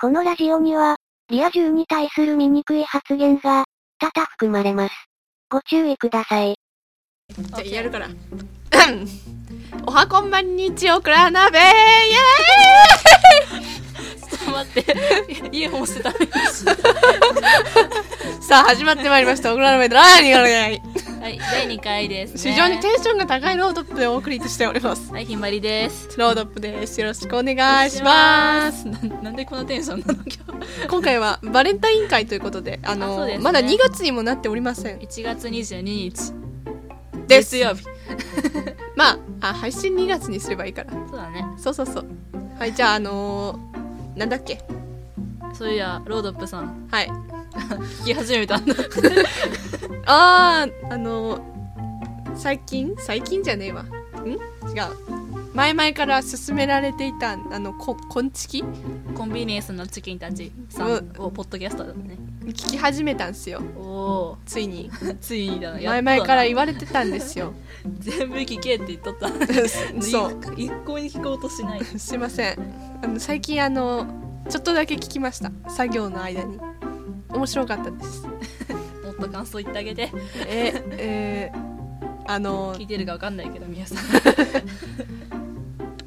このラジオには、リア充に対する醜い発言が、多々含まれます。ご注意ください。じゃあやるから。 おはこんばんにちおくらなべイエちょっと待ってイヤホンしてたーイさ あ始まってまいりました。おくらなべのラーニングの願い。はい第2回です、ね、非常にテンションが高いロードップでお送りしております。はいひまりですロードップです。よろしくお願いします。なんなんでこんなテンションなの今今回はバレンタイン会ということで、ああのそうですねまだ2月にもなっておりません。日1月22日で月す曜日まああ配信2月にすればいいから。そうだねそうそうそう。はいじゃああのーなんだっけそういやロードップさんはい聞き始めたんだあーあの最近最近じゃねえわん違う前々から勧められていたあのここんちきコンビニエンスのチキンたちさんをポッドキャストだね聞き始めたんすよおついにーついにだなやっ前とだな々から言われてたんですよ 全部聞けって言っとったそ一向に聞こうとしないうすいませんあの最近あのちょっとだけ聞きました作業の間に面白かったですもっと感想言ってあげてええー あの聞いてるかわかんないけど皆さん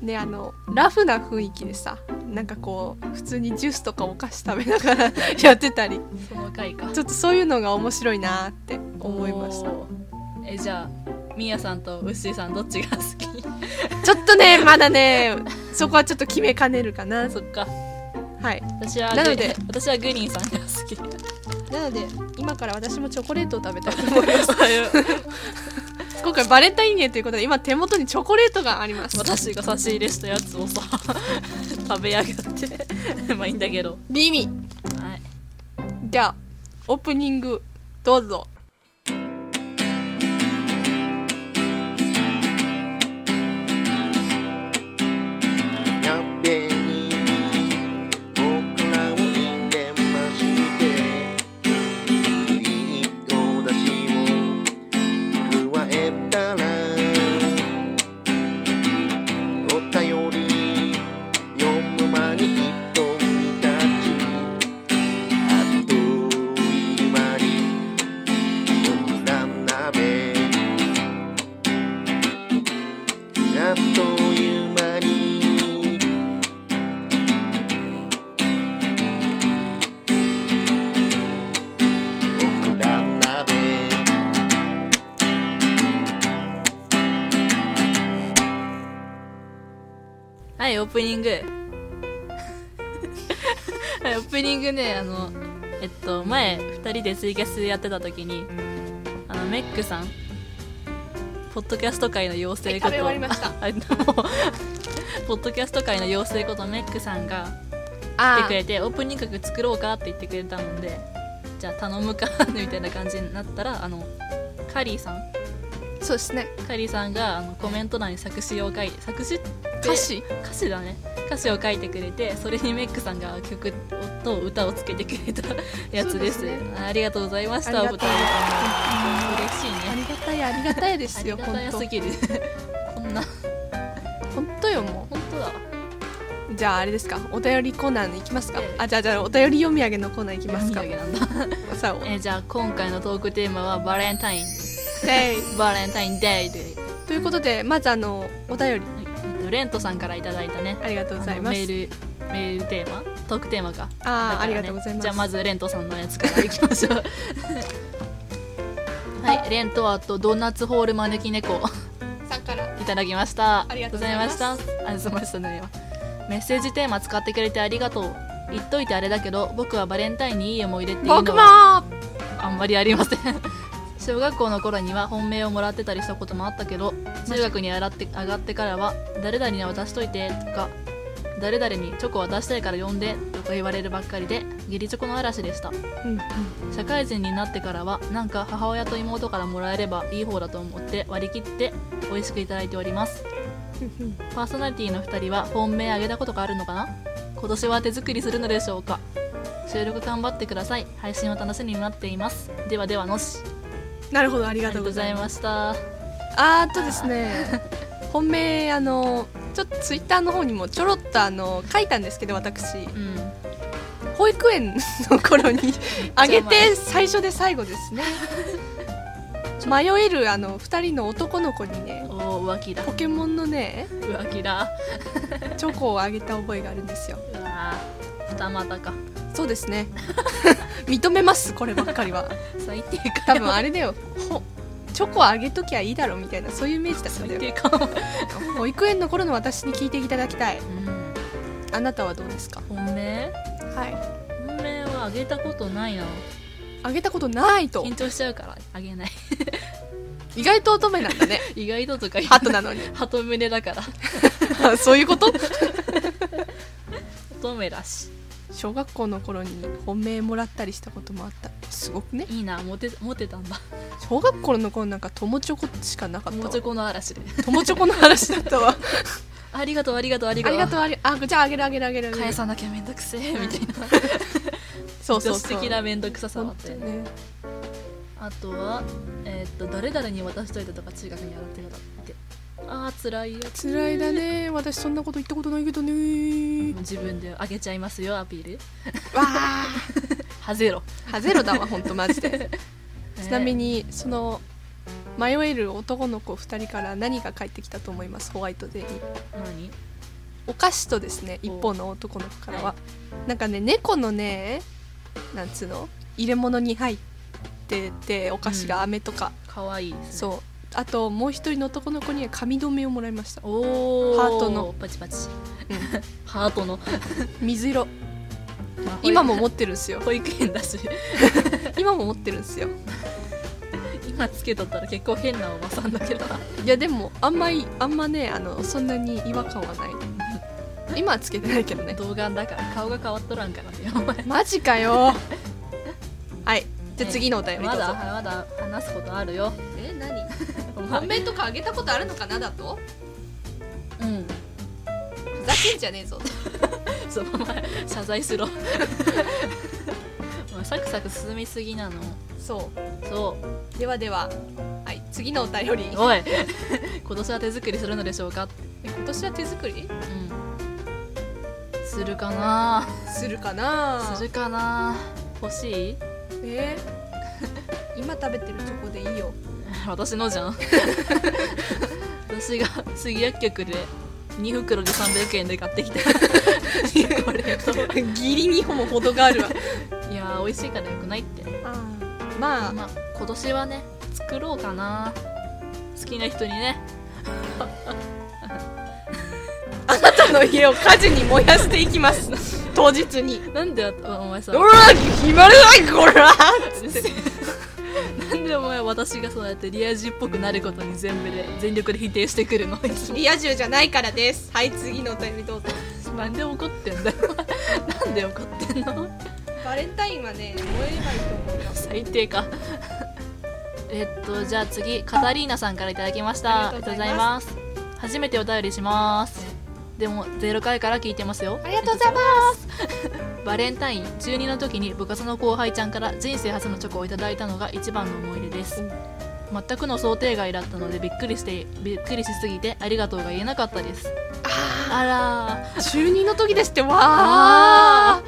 ねあのラフな雰囲気でさなんかこう普通にジュースとかお菓子食べながら やってたりその回かちょっとそういうのが面白いなって思いましたおーえじゃあみやさんとうっしーさんどっちが好き ちょっとねまだねそこはちょっと決めかねるかなそっかはい私はなのグで私はグリーンさんが好きなので今から私もチョコレートを食べたいと思いますそう 今回バレンタインデーということで今手元にチョコレートがあります私が差し入れしたやつをさ 食べやがって まあいいんだけどリミはいじゃあオープニングどうぞ鍋に僕らを入れましていいお出汁を加えたらお便り読む間に一人立ちあっという間にこんな鍋あっという間に僕ら鍋はいオープニング はいオープニングねあのえっと前2人でツイキャスやってた時にあのメックさんポッドキャスト界の妖精こはいと食べ終わりましたあでもポッドキャスト界の妖精ことメックさんが来てあくれてオープニング曲作ろうかって言ってくれたのでじゃあ頼むかみたいな感じになったらあのカリーさんそうですねカリーさんがあのコメント欄に作詞を書いて作詞って歌詞歌詞だね歌詞を書いてくれてそれにメックさんが曲と歌をつけてくれたやつですそうですありがとうございましあたおり二がと人とうも嬉しいあねりがたいありがたいであすりよが本たや当すぎる こんな本当よも本当だわうじゃああれですかお便りコーナーに行きますかええあじゃあじゃあお便り読み上げのコーナー行きますか読み上げなんださあえーじゃあ今回のトークテーマはバレンタインせいバレンタインデーで、ということでまずあのお便えりっとレントさんからいただいたねありがとうございあまのメすールメールテーマトークテーマかだかあーあらねりがとうございますじゃあまずレントさんのやつからいきま しょうはいレントあとドーナツホール招き猫さんからいただきましたありがとうございますありがとうございましたありがとうございましたねメッセージテーマ使ってくれてありがとう言っといてあれだけど僕はバレンタインにいい思い入れっていう僕のもはあんまりありません 小学校の頃には本命をもらってたりしたこともあったけど中学に上がって上がってからは「誰々には渡しといて」とか「誰々にチョコ渡したいから呼んで」とか言われるばっかりで義理チョコの嵐でしたうんうん社会人になってからはなんか母親と妹からもらえればいい方だと思って割り切って美味しくいただいておりますパーソナリティの2人は本命あげたことがあるのかな今年は手作りするのでしょうか収録頑張ってください配信を楽しみに待っていますではではのしなるほどありありががととううごござざいいまますしたあーっとですね 本命あのちょっとツイッターの方にもちょろっとあの書いたんですけど私うん保育園の頃 にあげて最初で最後ですね迷えるあの2人の男の子にねおお浮気だポケモンのね浮気だチョコをあげた覚えがあるんですようわー二股かそうですね 認めますこればっかりは最低か多分あれだよほチョコをあげときゃいいだろみたいなそういうイメージだったん最だ低よかも保育園の頃の私に聞いていただきたいうんあなたはどうですか本命はい本命はあげたことないなあげたことないと緊張しちゃうからあげない 意外と乙女なん だね意外ととか言ハトなのに 鳩胸だからあそういうこと乙女だし小学校の頃に本命もらったりしたこともあったすごくねいいなモテモテたんだ小学校の頃なんか友チョコしかなかったもわうちょこの嵐で友チョコの話だった わありがとうありがとうありあがとうりがとうありあじゃああげるあげるあげるあげる返さなきゃめんどくせえみたいなそうそう女そう子的なめんどくささはあ本っ当てにねあとはえーっと誰々に渡しといたとか中学に洗ってたってあー辛いやつ辛いだね私そんなこと言ったことないけどもねう自分であげちゃいますよアピールわあはゼロはゼロだわ本当マジで ちなみににその迷える男の子2人から何が返ってきたと思いますホワイトデーに何お菓子とですね一方の男の子からは、なんかね猫のねなんつうの入れ物に入っててお菓子が飴とか、かわいいですねそうあともう一人の男の子には髪留めをもらいましたおーハートのパチパチ、 ハートの水色今も持ってるんですよ保育園だし 今も持ってるんですよ今つけとったら結構変なおばさんだけどないやでもあんまりあんまねあのそんなに違和感はない今はつけてないけどね童顔だから顔が変わっとらんからねお前マジかよ はいじゃあ次のお便りまどうぞ、だまだ話すことあるよえ何お 本前命とかあげたことあるのかなだとうんふざけんじゃねえぞそうお前謝罪しろ お前サクサク進みすぎなのそそうではでははい次のお便りうおい 今年は手作りするのでしょうかえ今年は手作りうんするかなするかなするかな欲しい え ー今食べてるチョコでいいよ私のじゃん 私が杉薬局で2袋で300円で買って きたこれと ギリにほも程があるわいやー美味しいからよくないって まあまあ今年はね作ろうかな好きな人にね あなたの家を火事に燃やしていきます 当日になんであお前さうわ決まらないこらなんでお前私がそうやってリア充っぽくなることに全部で全力で否定してく るのリア充じゃないからですはい次のお便りどうぞなんで怒ってんだよなんで怒ってんのバレンタインはね燃えればいいと思います最低かえっとじゃあ次カタリーナさんからいただきましたあありりががととうごうござざいいまます初めてお便りしますでも0回から聞いてますよありがとうございますバレンタイン12の時に部活の後輩ちゃんから人生初のチョコをいただいたのが一番の思い出ですうん全くの想定外だったのでびっくりしてびっくりしすぎてありがとうが言えなかったですあらーす中二の時ですってわあ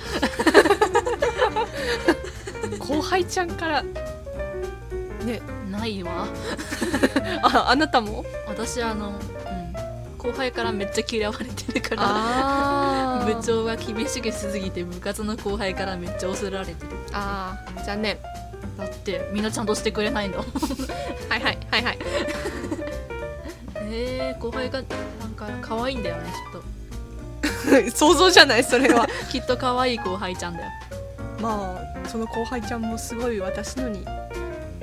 ー後輩ちゃんからねないわああなたも私あの、うん、後輩からめっちゃ嫌われてるからあ部長が厳しくしすぎて部活の後輩からめっちゃ恐れられてるあー残念だってみんなちゃんとしてくれないんだもんはいはいはいはい えー、後輩がなんか可愛いんだよねきっ 想像じゃないそれはと きっと可愛い後輩ちゃんだよ まあその後輩ちゃんもすごい私のに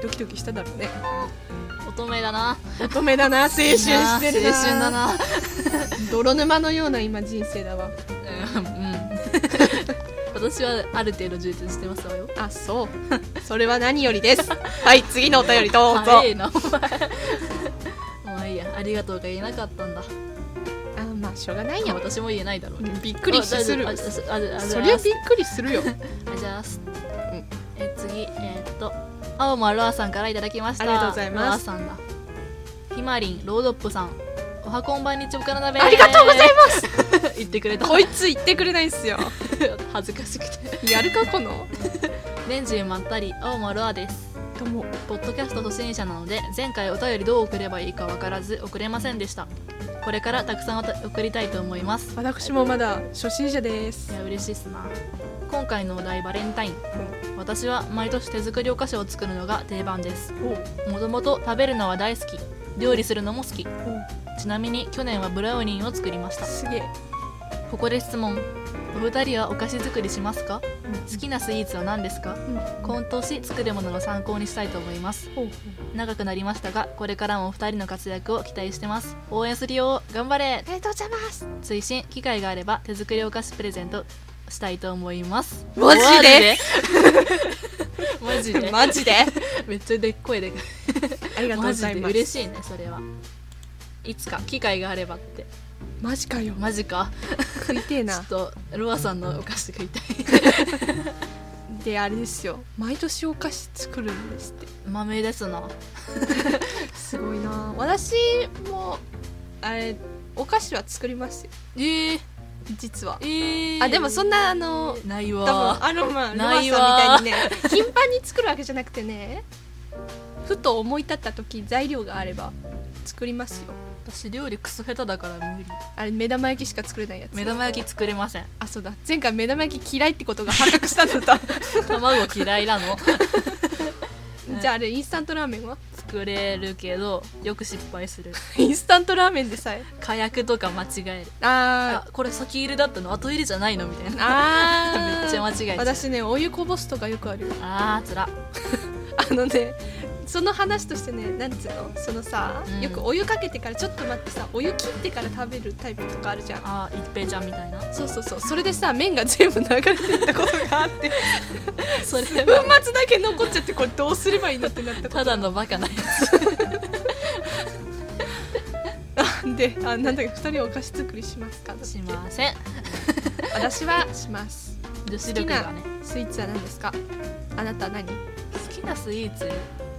ドキドキしただろうね乙女だな乙女だな青春してるな青春だな泥沼のような今人生だわうんうん私はある程度充実してますわよあそう それは何よりです はい次のお便りどうぞ早いなお前お前いいやありがとうが言えなかったんだあまあしょうがないいやよ私も言えないだろうねびっくりするあじゃああじゃあそりゃびっくりす るよあじゃあすえ次えーっと青間ロアさんからいただきましたありがとうございますロアさんだひまりんロードップさんおはこんばんにちおからなべありがとうございます 言ってくれたこいつ言ってくれないんすよ恥ずかしくて やるかこの年中まったり青丸あですともポッドキャスト初心者なので前回お便りどう送ればいいかわからず送れませんでしたこれからたくさんおた送りたいと思います私もまだ初心者ですいや嬉しいっすな今回のお題バレンタイン私は毎年手作りお菓子を作るのが定番ですおうもともと食べるのは大好き料理するのも好きおうちなみに去年はブラウニーを作りましたすげえここで質問お二人はお菓子作りしますか好きなスイーツは何ですかうん今年作るものの参考にしたいと思いますほうほう長くなりましたがこれからもお二人の活躍を期待してます応援するよ頑張れありがとうございます推進機会があれば手作りお菓子プレゼントしたいと思いますマジでマジで マジでめっちゃでっこいでかいありがとうごマジざいでます嬉いしいねそれはいつか機会があればってマジか よマジか食いてえちょなっとロアさんのお菓子食いたいであれですよ毎年お菓子作るんですって豆ですなすごいな私もあれお菓子は作りますよえー、実はえー、あでもそんなあのない多わ分アロマルマさんないみわたいにね 頻繁に作るわけじゃなくてねふと思い立った時材料があれば作りますよ私料理クソ下手だから無理あれ目玉焼きしか作れないやつ目玉焼き作れませんあそうだ前回目玉焼き嫌いってことが発覚 したんだった卵嫌いなのじゃああれインスタントラーメンは作れるけどよく失敗する インスタントラーメンでさえ火薬とか間違えるああこれ先入れだったの後入れじゃないのみたいーなあめっちゃ間違えちゃう私ねお湯こぼすとかよくあるよあーつらあのねその話としてねなんつうのそのさ、うんよくお湯かけてからちょっと待ってさお湯切ってから食べるタイプとかあるじゃんあー一平ちゃんみたいなそうそうそうそれでさ麺が全部流れてった ことがあって それ粉は末だけ残っちゃってこれどうすればいいのってなったことただのバカなやつであなんだっけ2人はお菓子作りしますかしません私はします女子力がねスイーツは何ですかあなたは何好きなスイーツ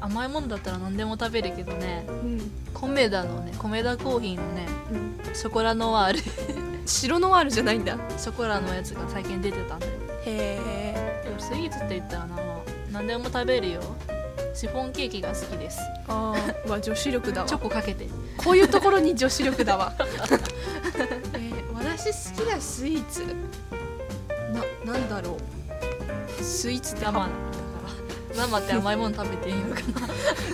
甘いものだったら何でも食べるけどねうん、コメダのねコメダコーヒーのねショコラノワール シ白ノワールじゃないんだへョコラのやつが最近出てたんだよえでもスイーツって言ったらな何でも食べるよシフォンケーキが好きですあーうわ女子力だわチョコかけてこういうところに女子 力だわ、えー私好きなスイーツななんだろうスイーツって我慢だから我慢って甘いもの食べていいのか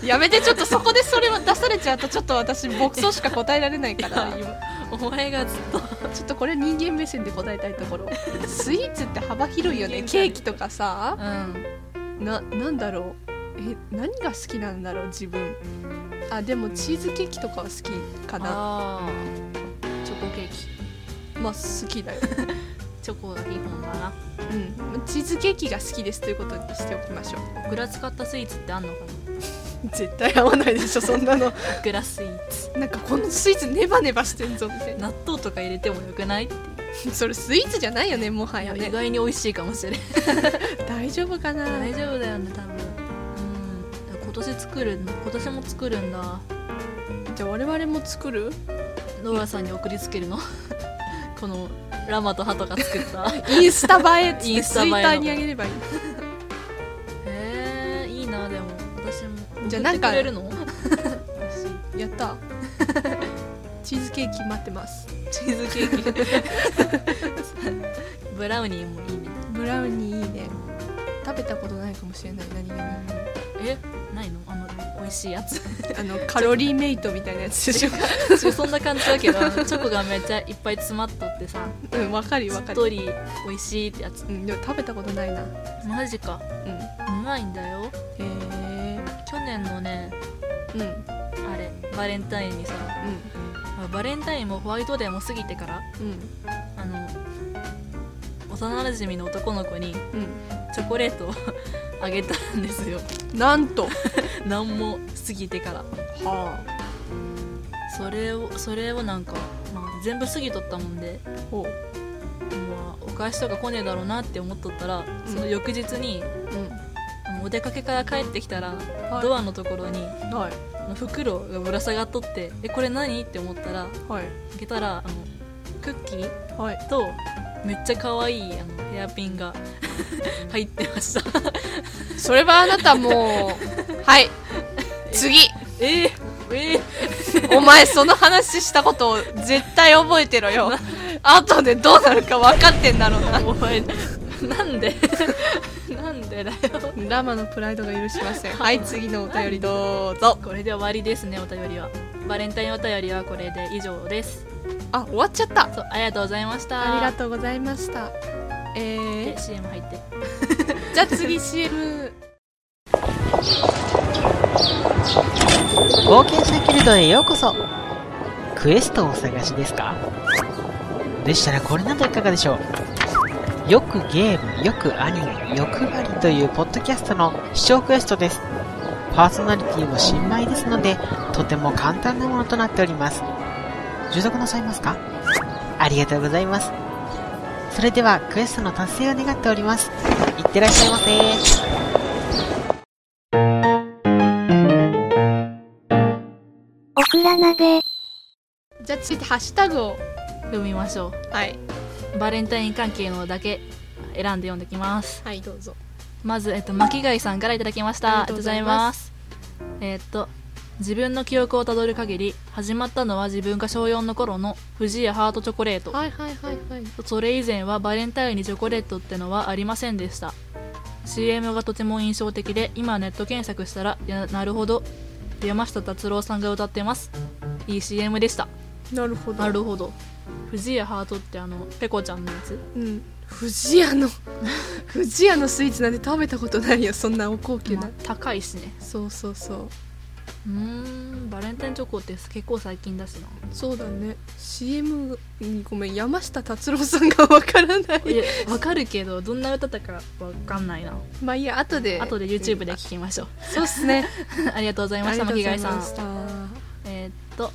なやめてちょっとそこでそれを出されちゃうとちょっと私牧草しか答えられないか らい今お前がずっとちょっとこれは人間目線で答えたいところスイーツって幅広いよ人ね間だケねーキとかさうんななんだろうえ何が好きなんだろう自分あでもチーズケーキとかは好きかなあーチョコケーキまあ好きだよ、チョコが基本だなうん、チーズケーキが好きですということにしておきましょうオクラ使ったスイーツってあんのか絶対合わないでしょそんなのなオクラスイーツなんかこのスイーツネバネバしてんぞみたいな 納豆とか入れてもよくないっていうそれスイーツじゃないよねもはいややね意外に美味しいかもしれない大丈夫か な大丈夫だよね多分うん今年作るんだ今年も作るんだじゃあ我々も作るノラさんに送りつけるの このラマとハトが作ったインスタ映えっつっイてンスタ映ツイえのッターにあげればいい へえいいなでも私もじゃあなんか送ってくれるのやった チーズケーキ待ってますチーズケーキブラウニーもいいねブラウニーいいね食べたことないかもしれない何気にえないのあの美味しいやつあのカロリーメイトみたいなやつでしょ そんな感じだけどチョコがめっちゃいっぱい詰まっとってさうんわかるしよわっかとるり美味しいってやつうんでも食べたことないなうんマジかへうまいんだよえ去年のねうんうあれバレンタインにさんまあバレンタインもホワイトデーも過ぎてからあの幼馴染の男の子にうんチョコレートをあげたんですようんなんと何も過ぎてからはあそれをそれをなんか、まあ、全部過ぎとったもんで、ほうまあ、お返しとか来ねえだろうなって思っとったらんその翌日に、うんあのお出かけから帰ってきたら、いドアのところにはいあの袋がぶら下がっとって「えこれ何?」って思ったらはい開けたらあのクッキーはいとめっちゃ可愛いあのヘアピンが 入ってました それはあなたもうはい次えー、えー、お前その話したことを絶対覚えてろよ後でどうなるか分かってんだろうなお前なんで なんでだよラマのプライドが許しませんはい次のお便りどうぞこれで終わりですねお便りはバレンタインお便りはこれで以上ですあ終わっちゃったそうありがとうございましたありがとうございましたえでー、 CM 入ってじゃあ次 CM 冒険者ギルドへようこそクエストをお探しですかでしたらこれなどいかがでしょうよくゲーム、よくアニメ、よくばりというポッドキャストの視聴クエストです。パーソナリティも新米ですので、とても簡単なものとなっております。受読なさいますかありがとうございます。それではクエストの達成を願っております。いってらっしゃいませオクラ鍋、じゃあ続いてハッシュタグを読みましょはい、うバレンタイン関係のだけ選んで読んできますはい、どうぞまず、えっと、巻貝さんからいただきましたあありがとうごりがとうござざいいまますえっと自分の記憶をたどる限り始まったのは自分が小4の頃の藤屋ハートチョコレートはいはいはいはいそれ以前はバレンタインにチョコレートってのはありませんでした CM がとても印象的で今ネット検索したらやなるほど山下達郎さんが歌ってますいい CM でしたなるほどなるほど藤屋ハートってあのペコちゃんのやつうん藤屋の藤屋のスイーツなんて食べたことないよそんなお高級な、まあ高いしねそうそうそううーんバレンタインチョコって結構最近だしなそうだね CM にごめん山下達郎さんがわからないいやわかるけどどんな歌だかわかんないなまあいいや後で後で YouTube で聞きましょうそうっすね ありがとうございあまりしたがとうご巻ざい貝さまんしたえーっと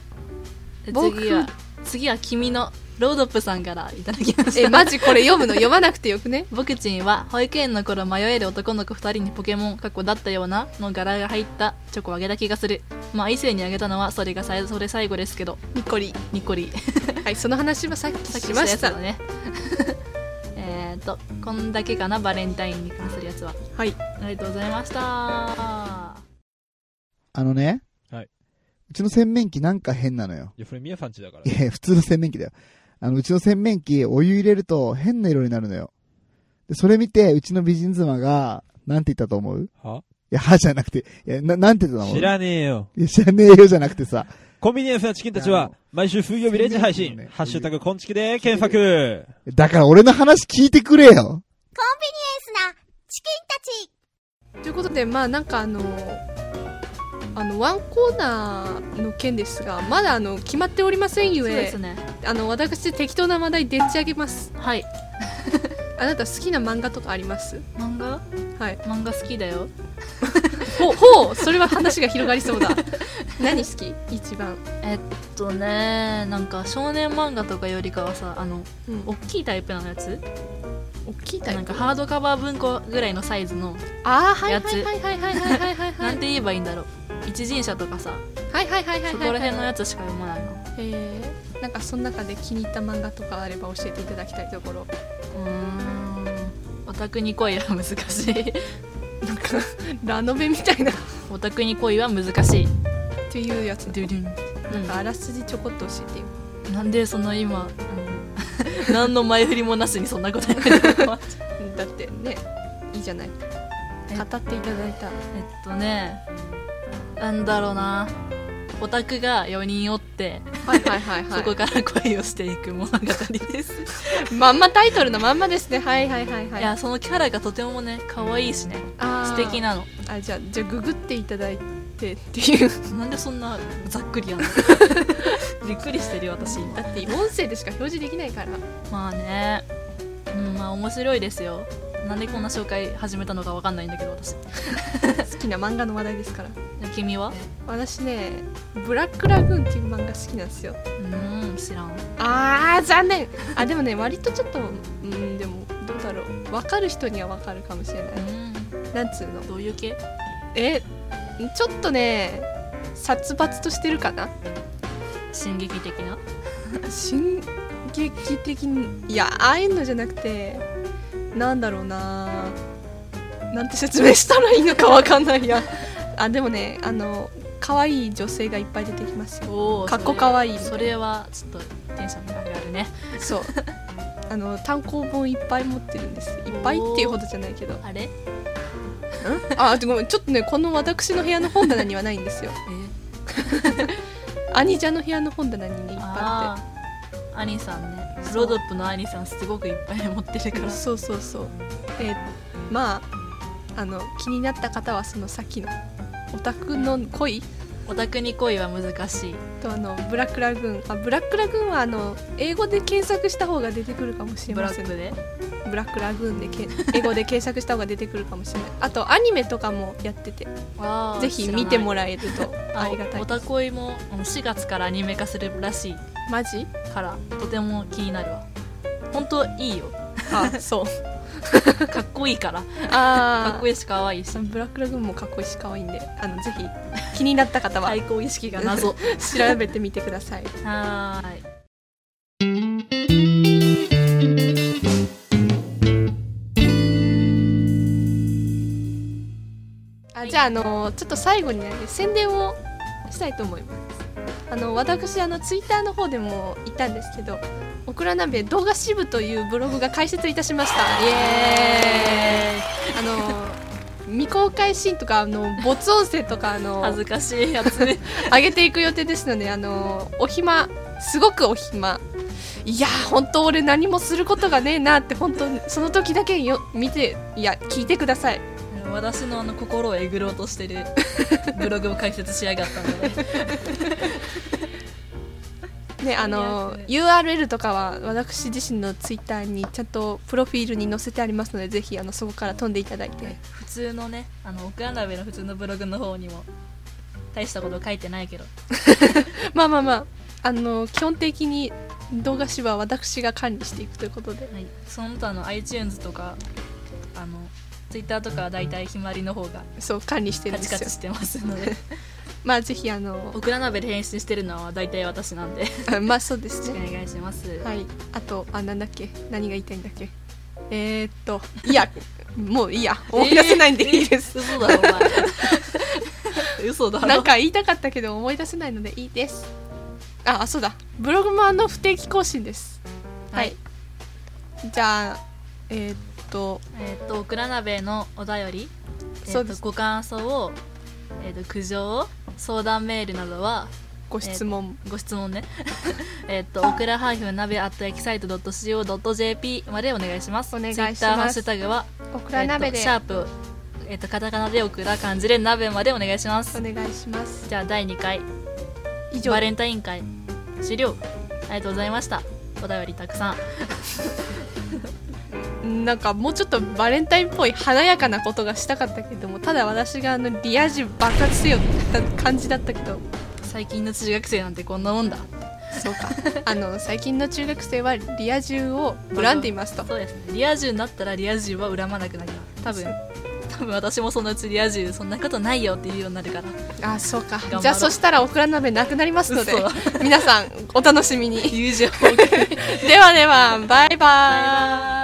僕次は次は君のロードップさんからいただきましたえマジこれ読むの読まなくてよくね僕ちんは保育園の頃迷える男の子2人にポケモンかっこだったようなの柄が入ったチョコをあげた気がするまあ異性にあげたのはそれがさいそれ最後ですけどニコリにっこり はいその話はさっきさっきしましたやつだね えーっとこんだけかなバレンタインに関するやつははいありがとうございましたあのね、はい。うちの洗面器なんか変なのよ。いや、それ、みやさんちだからい。や、普通の洗面器だよ。あの、うちの洗面器、お湯入れると変な色になるのよ。で、それ見て、うちの美人妻が、なんて言ったと思ういはや、歯じゃなくて、いや、な、なんて言ったと思う知らねえよ。いや、知らねえよじゃなくてさ、コンビニエンスなチキンたちいやあはの、毎週水曜日0時配そう信ね、ハッシュタグ、コンチキで検索。だから俺の話聞いてくれよ。スなチキンたちということでまあなんかあのあのワンコーナーの件ですがまだあの決まっておりませそうんゆでえすねあの私適当な話題でっち上げますはいあなた好きな漫画とかあります漫画はい漫画好きだよ ほほうそれは話が広がりそう だ何好き一番えっとねなんか少年漫画とかよりかはさあのうん大きいタイプのやつ大きいタイなんプかハードカバー文庫ぐらいのサイズの、ああはいやはいつはいはいはいはいはいはいはないんて言えばいいんだろう一人者とかさ、はいはいはいはいはいそこら辺のやつしか読まないのうへえなんかその中で気に入った漫画とかあれば教えていただきたいところーんオタクに恋は難しい なんかラノベみたいなっオタクに恋は難しいていうやつドゥドゥンなんかあらすじちょこっと教えてようんなんでその今あの何の前振りもなしにそんなこと言われて もだってねいいじゃないえ語っていただいたえっとねなんだろうなオタクが4人おってはいはいはい そこはから恋をしていく物語です、いまんまタイトルのまんまですねはいはいはいはいい、やそのキャラがとてもね可愛いしねあ素ー敵なのあじゃあじゃあググっていただいてっていうなんでそんなざっくりやんの びっくりしてるよ私だって音声でしか表示できないからまあねうんまあ面白いですよなんでこんな紹介始めたのかわかんないんだけど私好きな漫画の話題ですから君は私ね「ブラックラグーン」っていう漫画好きなんですようーん知らんあー残念あでもね割とちょっとうんでもどうだろう分かる人には分かるかもしれなういんなんつうのどういう系えちょっとね殺伐としてるかな進撃的な進撃的にいやああいうのじゃなくてなんだろうななんて説明したらいいのかわかんないや あでもねあの可愛い女性がいっぱい出てきますよおーかっこかわいいそれはそれはちょっとテンションが上がるねそうあの単行本いっぱい持ってるんですいっぱいっていうほどじゃないけど あれえあごめんちょっとねこの私の部屋の本棚にはないんですよ兄ちゃんの部屋の本棚にねいっぱいああー兄さんねそうロドップの兄さんすごくいっぱい持ってるってからそうそうそうえまああの気になった方はそのさっきのオタクの恋オタクに恋は難しいとあのブラックラグーンあブラックラグーンはあの英語で検索した方が出てくるかもしれブまラせッんクでブラックラグーンでけ英語で検索した方が出てくるかもしれないあとアニメとかもやっててぜひ見てもららえるとありがたいオタ恋もうん4月からアニメ化するらしいマジからとても気になるわ本当い いよあそうかっこいいからあかあっこいいし可愛いしブラックラグーンもかっこいいし可愛いんであのぜひ気になった方 は対抗意識が謎調べてみてください はーいあじゃあ、あのちょっと最後にね宣伝をしたいと思いますあの私あのツイッターの方でも言ったんですけどオクラ鍋動画支部というブログが開設いたしましたイエーイあの未公開シーンとかあの没音声とかあの恥ずかしいや つ上げていく予定ですのであのお暇すごくお暇いやー本当俺何もすることがねえなって本当にその時だけよ見ていや聞いてください私のあの心をえぐろうとしてるブログを解説しやがったのでね、あの URL とかは私自身のツイッターにちゃんとプロフィールに載せてありますのでぜひあのそこから飛んでいただいて普通のねあの奥穴部の普通のブログの方にも大したこと書いてないけどまあまあまああの基本的に動画誌は私が管理していくということではい、その他の iTunes とかあの Twitter とかは大体ひまわりの方がそう管理してるカんでチカすチしよてますのでまあぜひあのオクラ鍋で編集してるのは大体私なんでよまあそうですろしねくお願いします、はいあとあなんだっけ何が言いたいんだっけえー、っ といやもういいや思い出せないんでいいです、えー嘘だろお 前嘘だろなんか言いたかったけど思い出せないのでいいですああそうだブログもあの不定期更新ですははいい、じゃあえーっとえっ、とオクラ鍋のお便り、えーそうとですご感想を、えー、と苦情相談メールなどはご質問、ご質問ね えっとオクラハイフン鍋アットエキサイト .co.jp までお願いしますお願いします Twitter ハッシュタグはオクラ鍋えでっとシャープ、えっとカタカナでオクラ漢字で鍋までお願いしますお願いしますじゃあ第2回以上バレンタイン会終了ありがとうございましたお便りたくさんなんかもうちょっとバレンタインっぽい華やかなことがしたかったけどもただ私があのリア充爆発せよって感じだったけど最近の中学生なんてこんなもんだそう かあの最近の中学生はリア充を恨んでいますとそうですねリア充になったらリア充は恨まなくなります多分多分私もそのうちリア充そんなことないよって言うようにな るからあそうかろうじゃあそしたらオクラ鍋なくなりますので嘘皆さんお楽しみに友情を受けではではバイバイ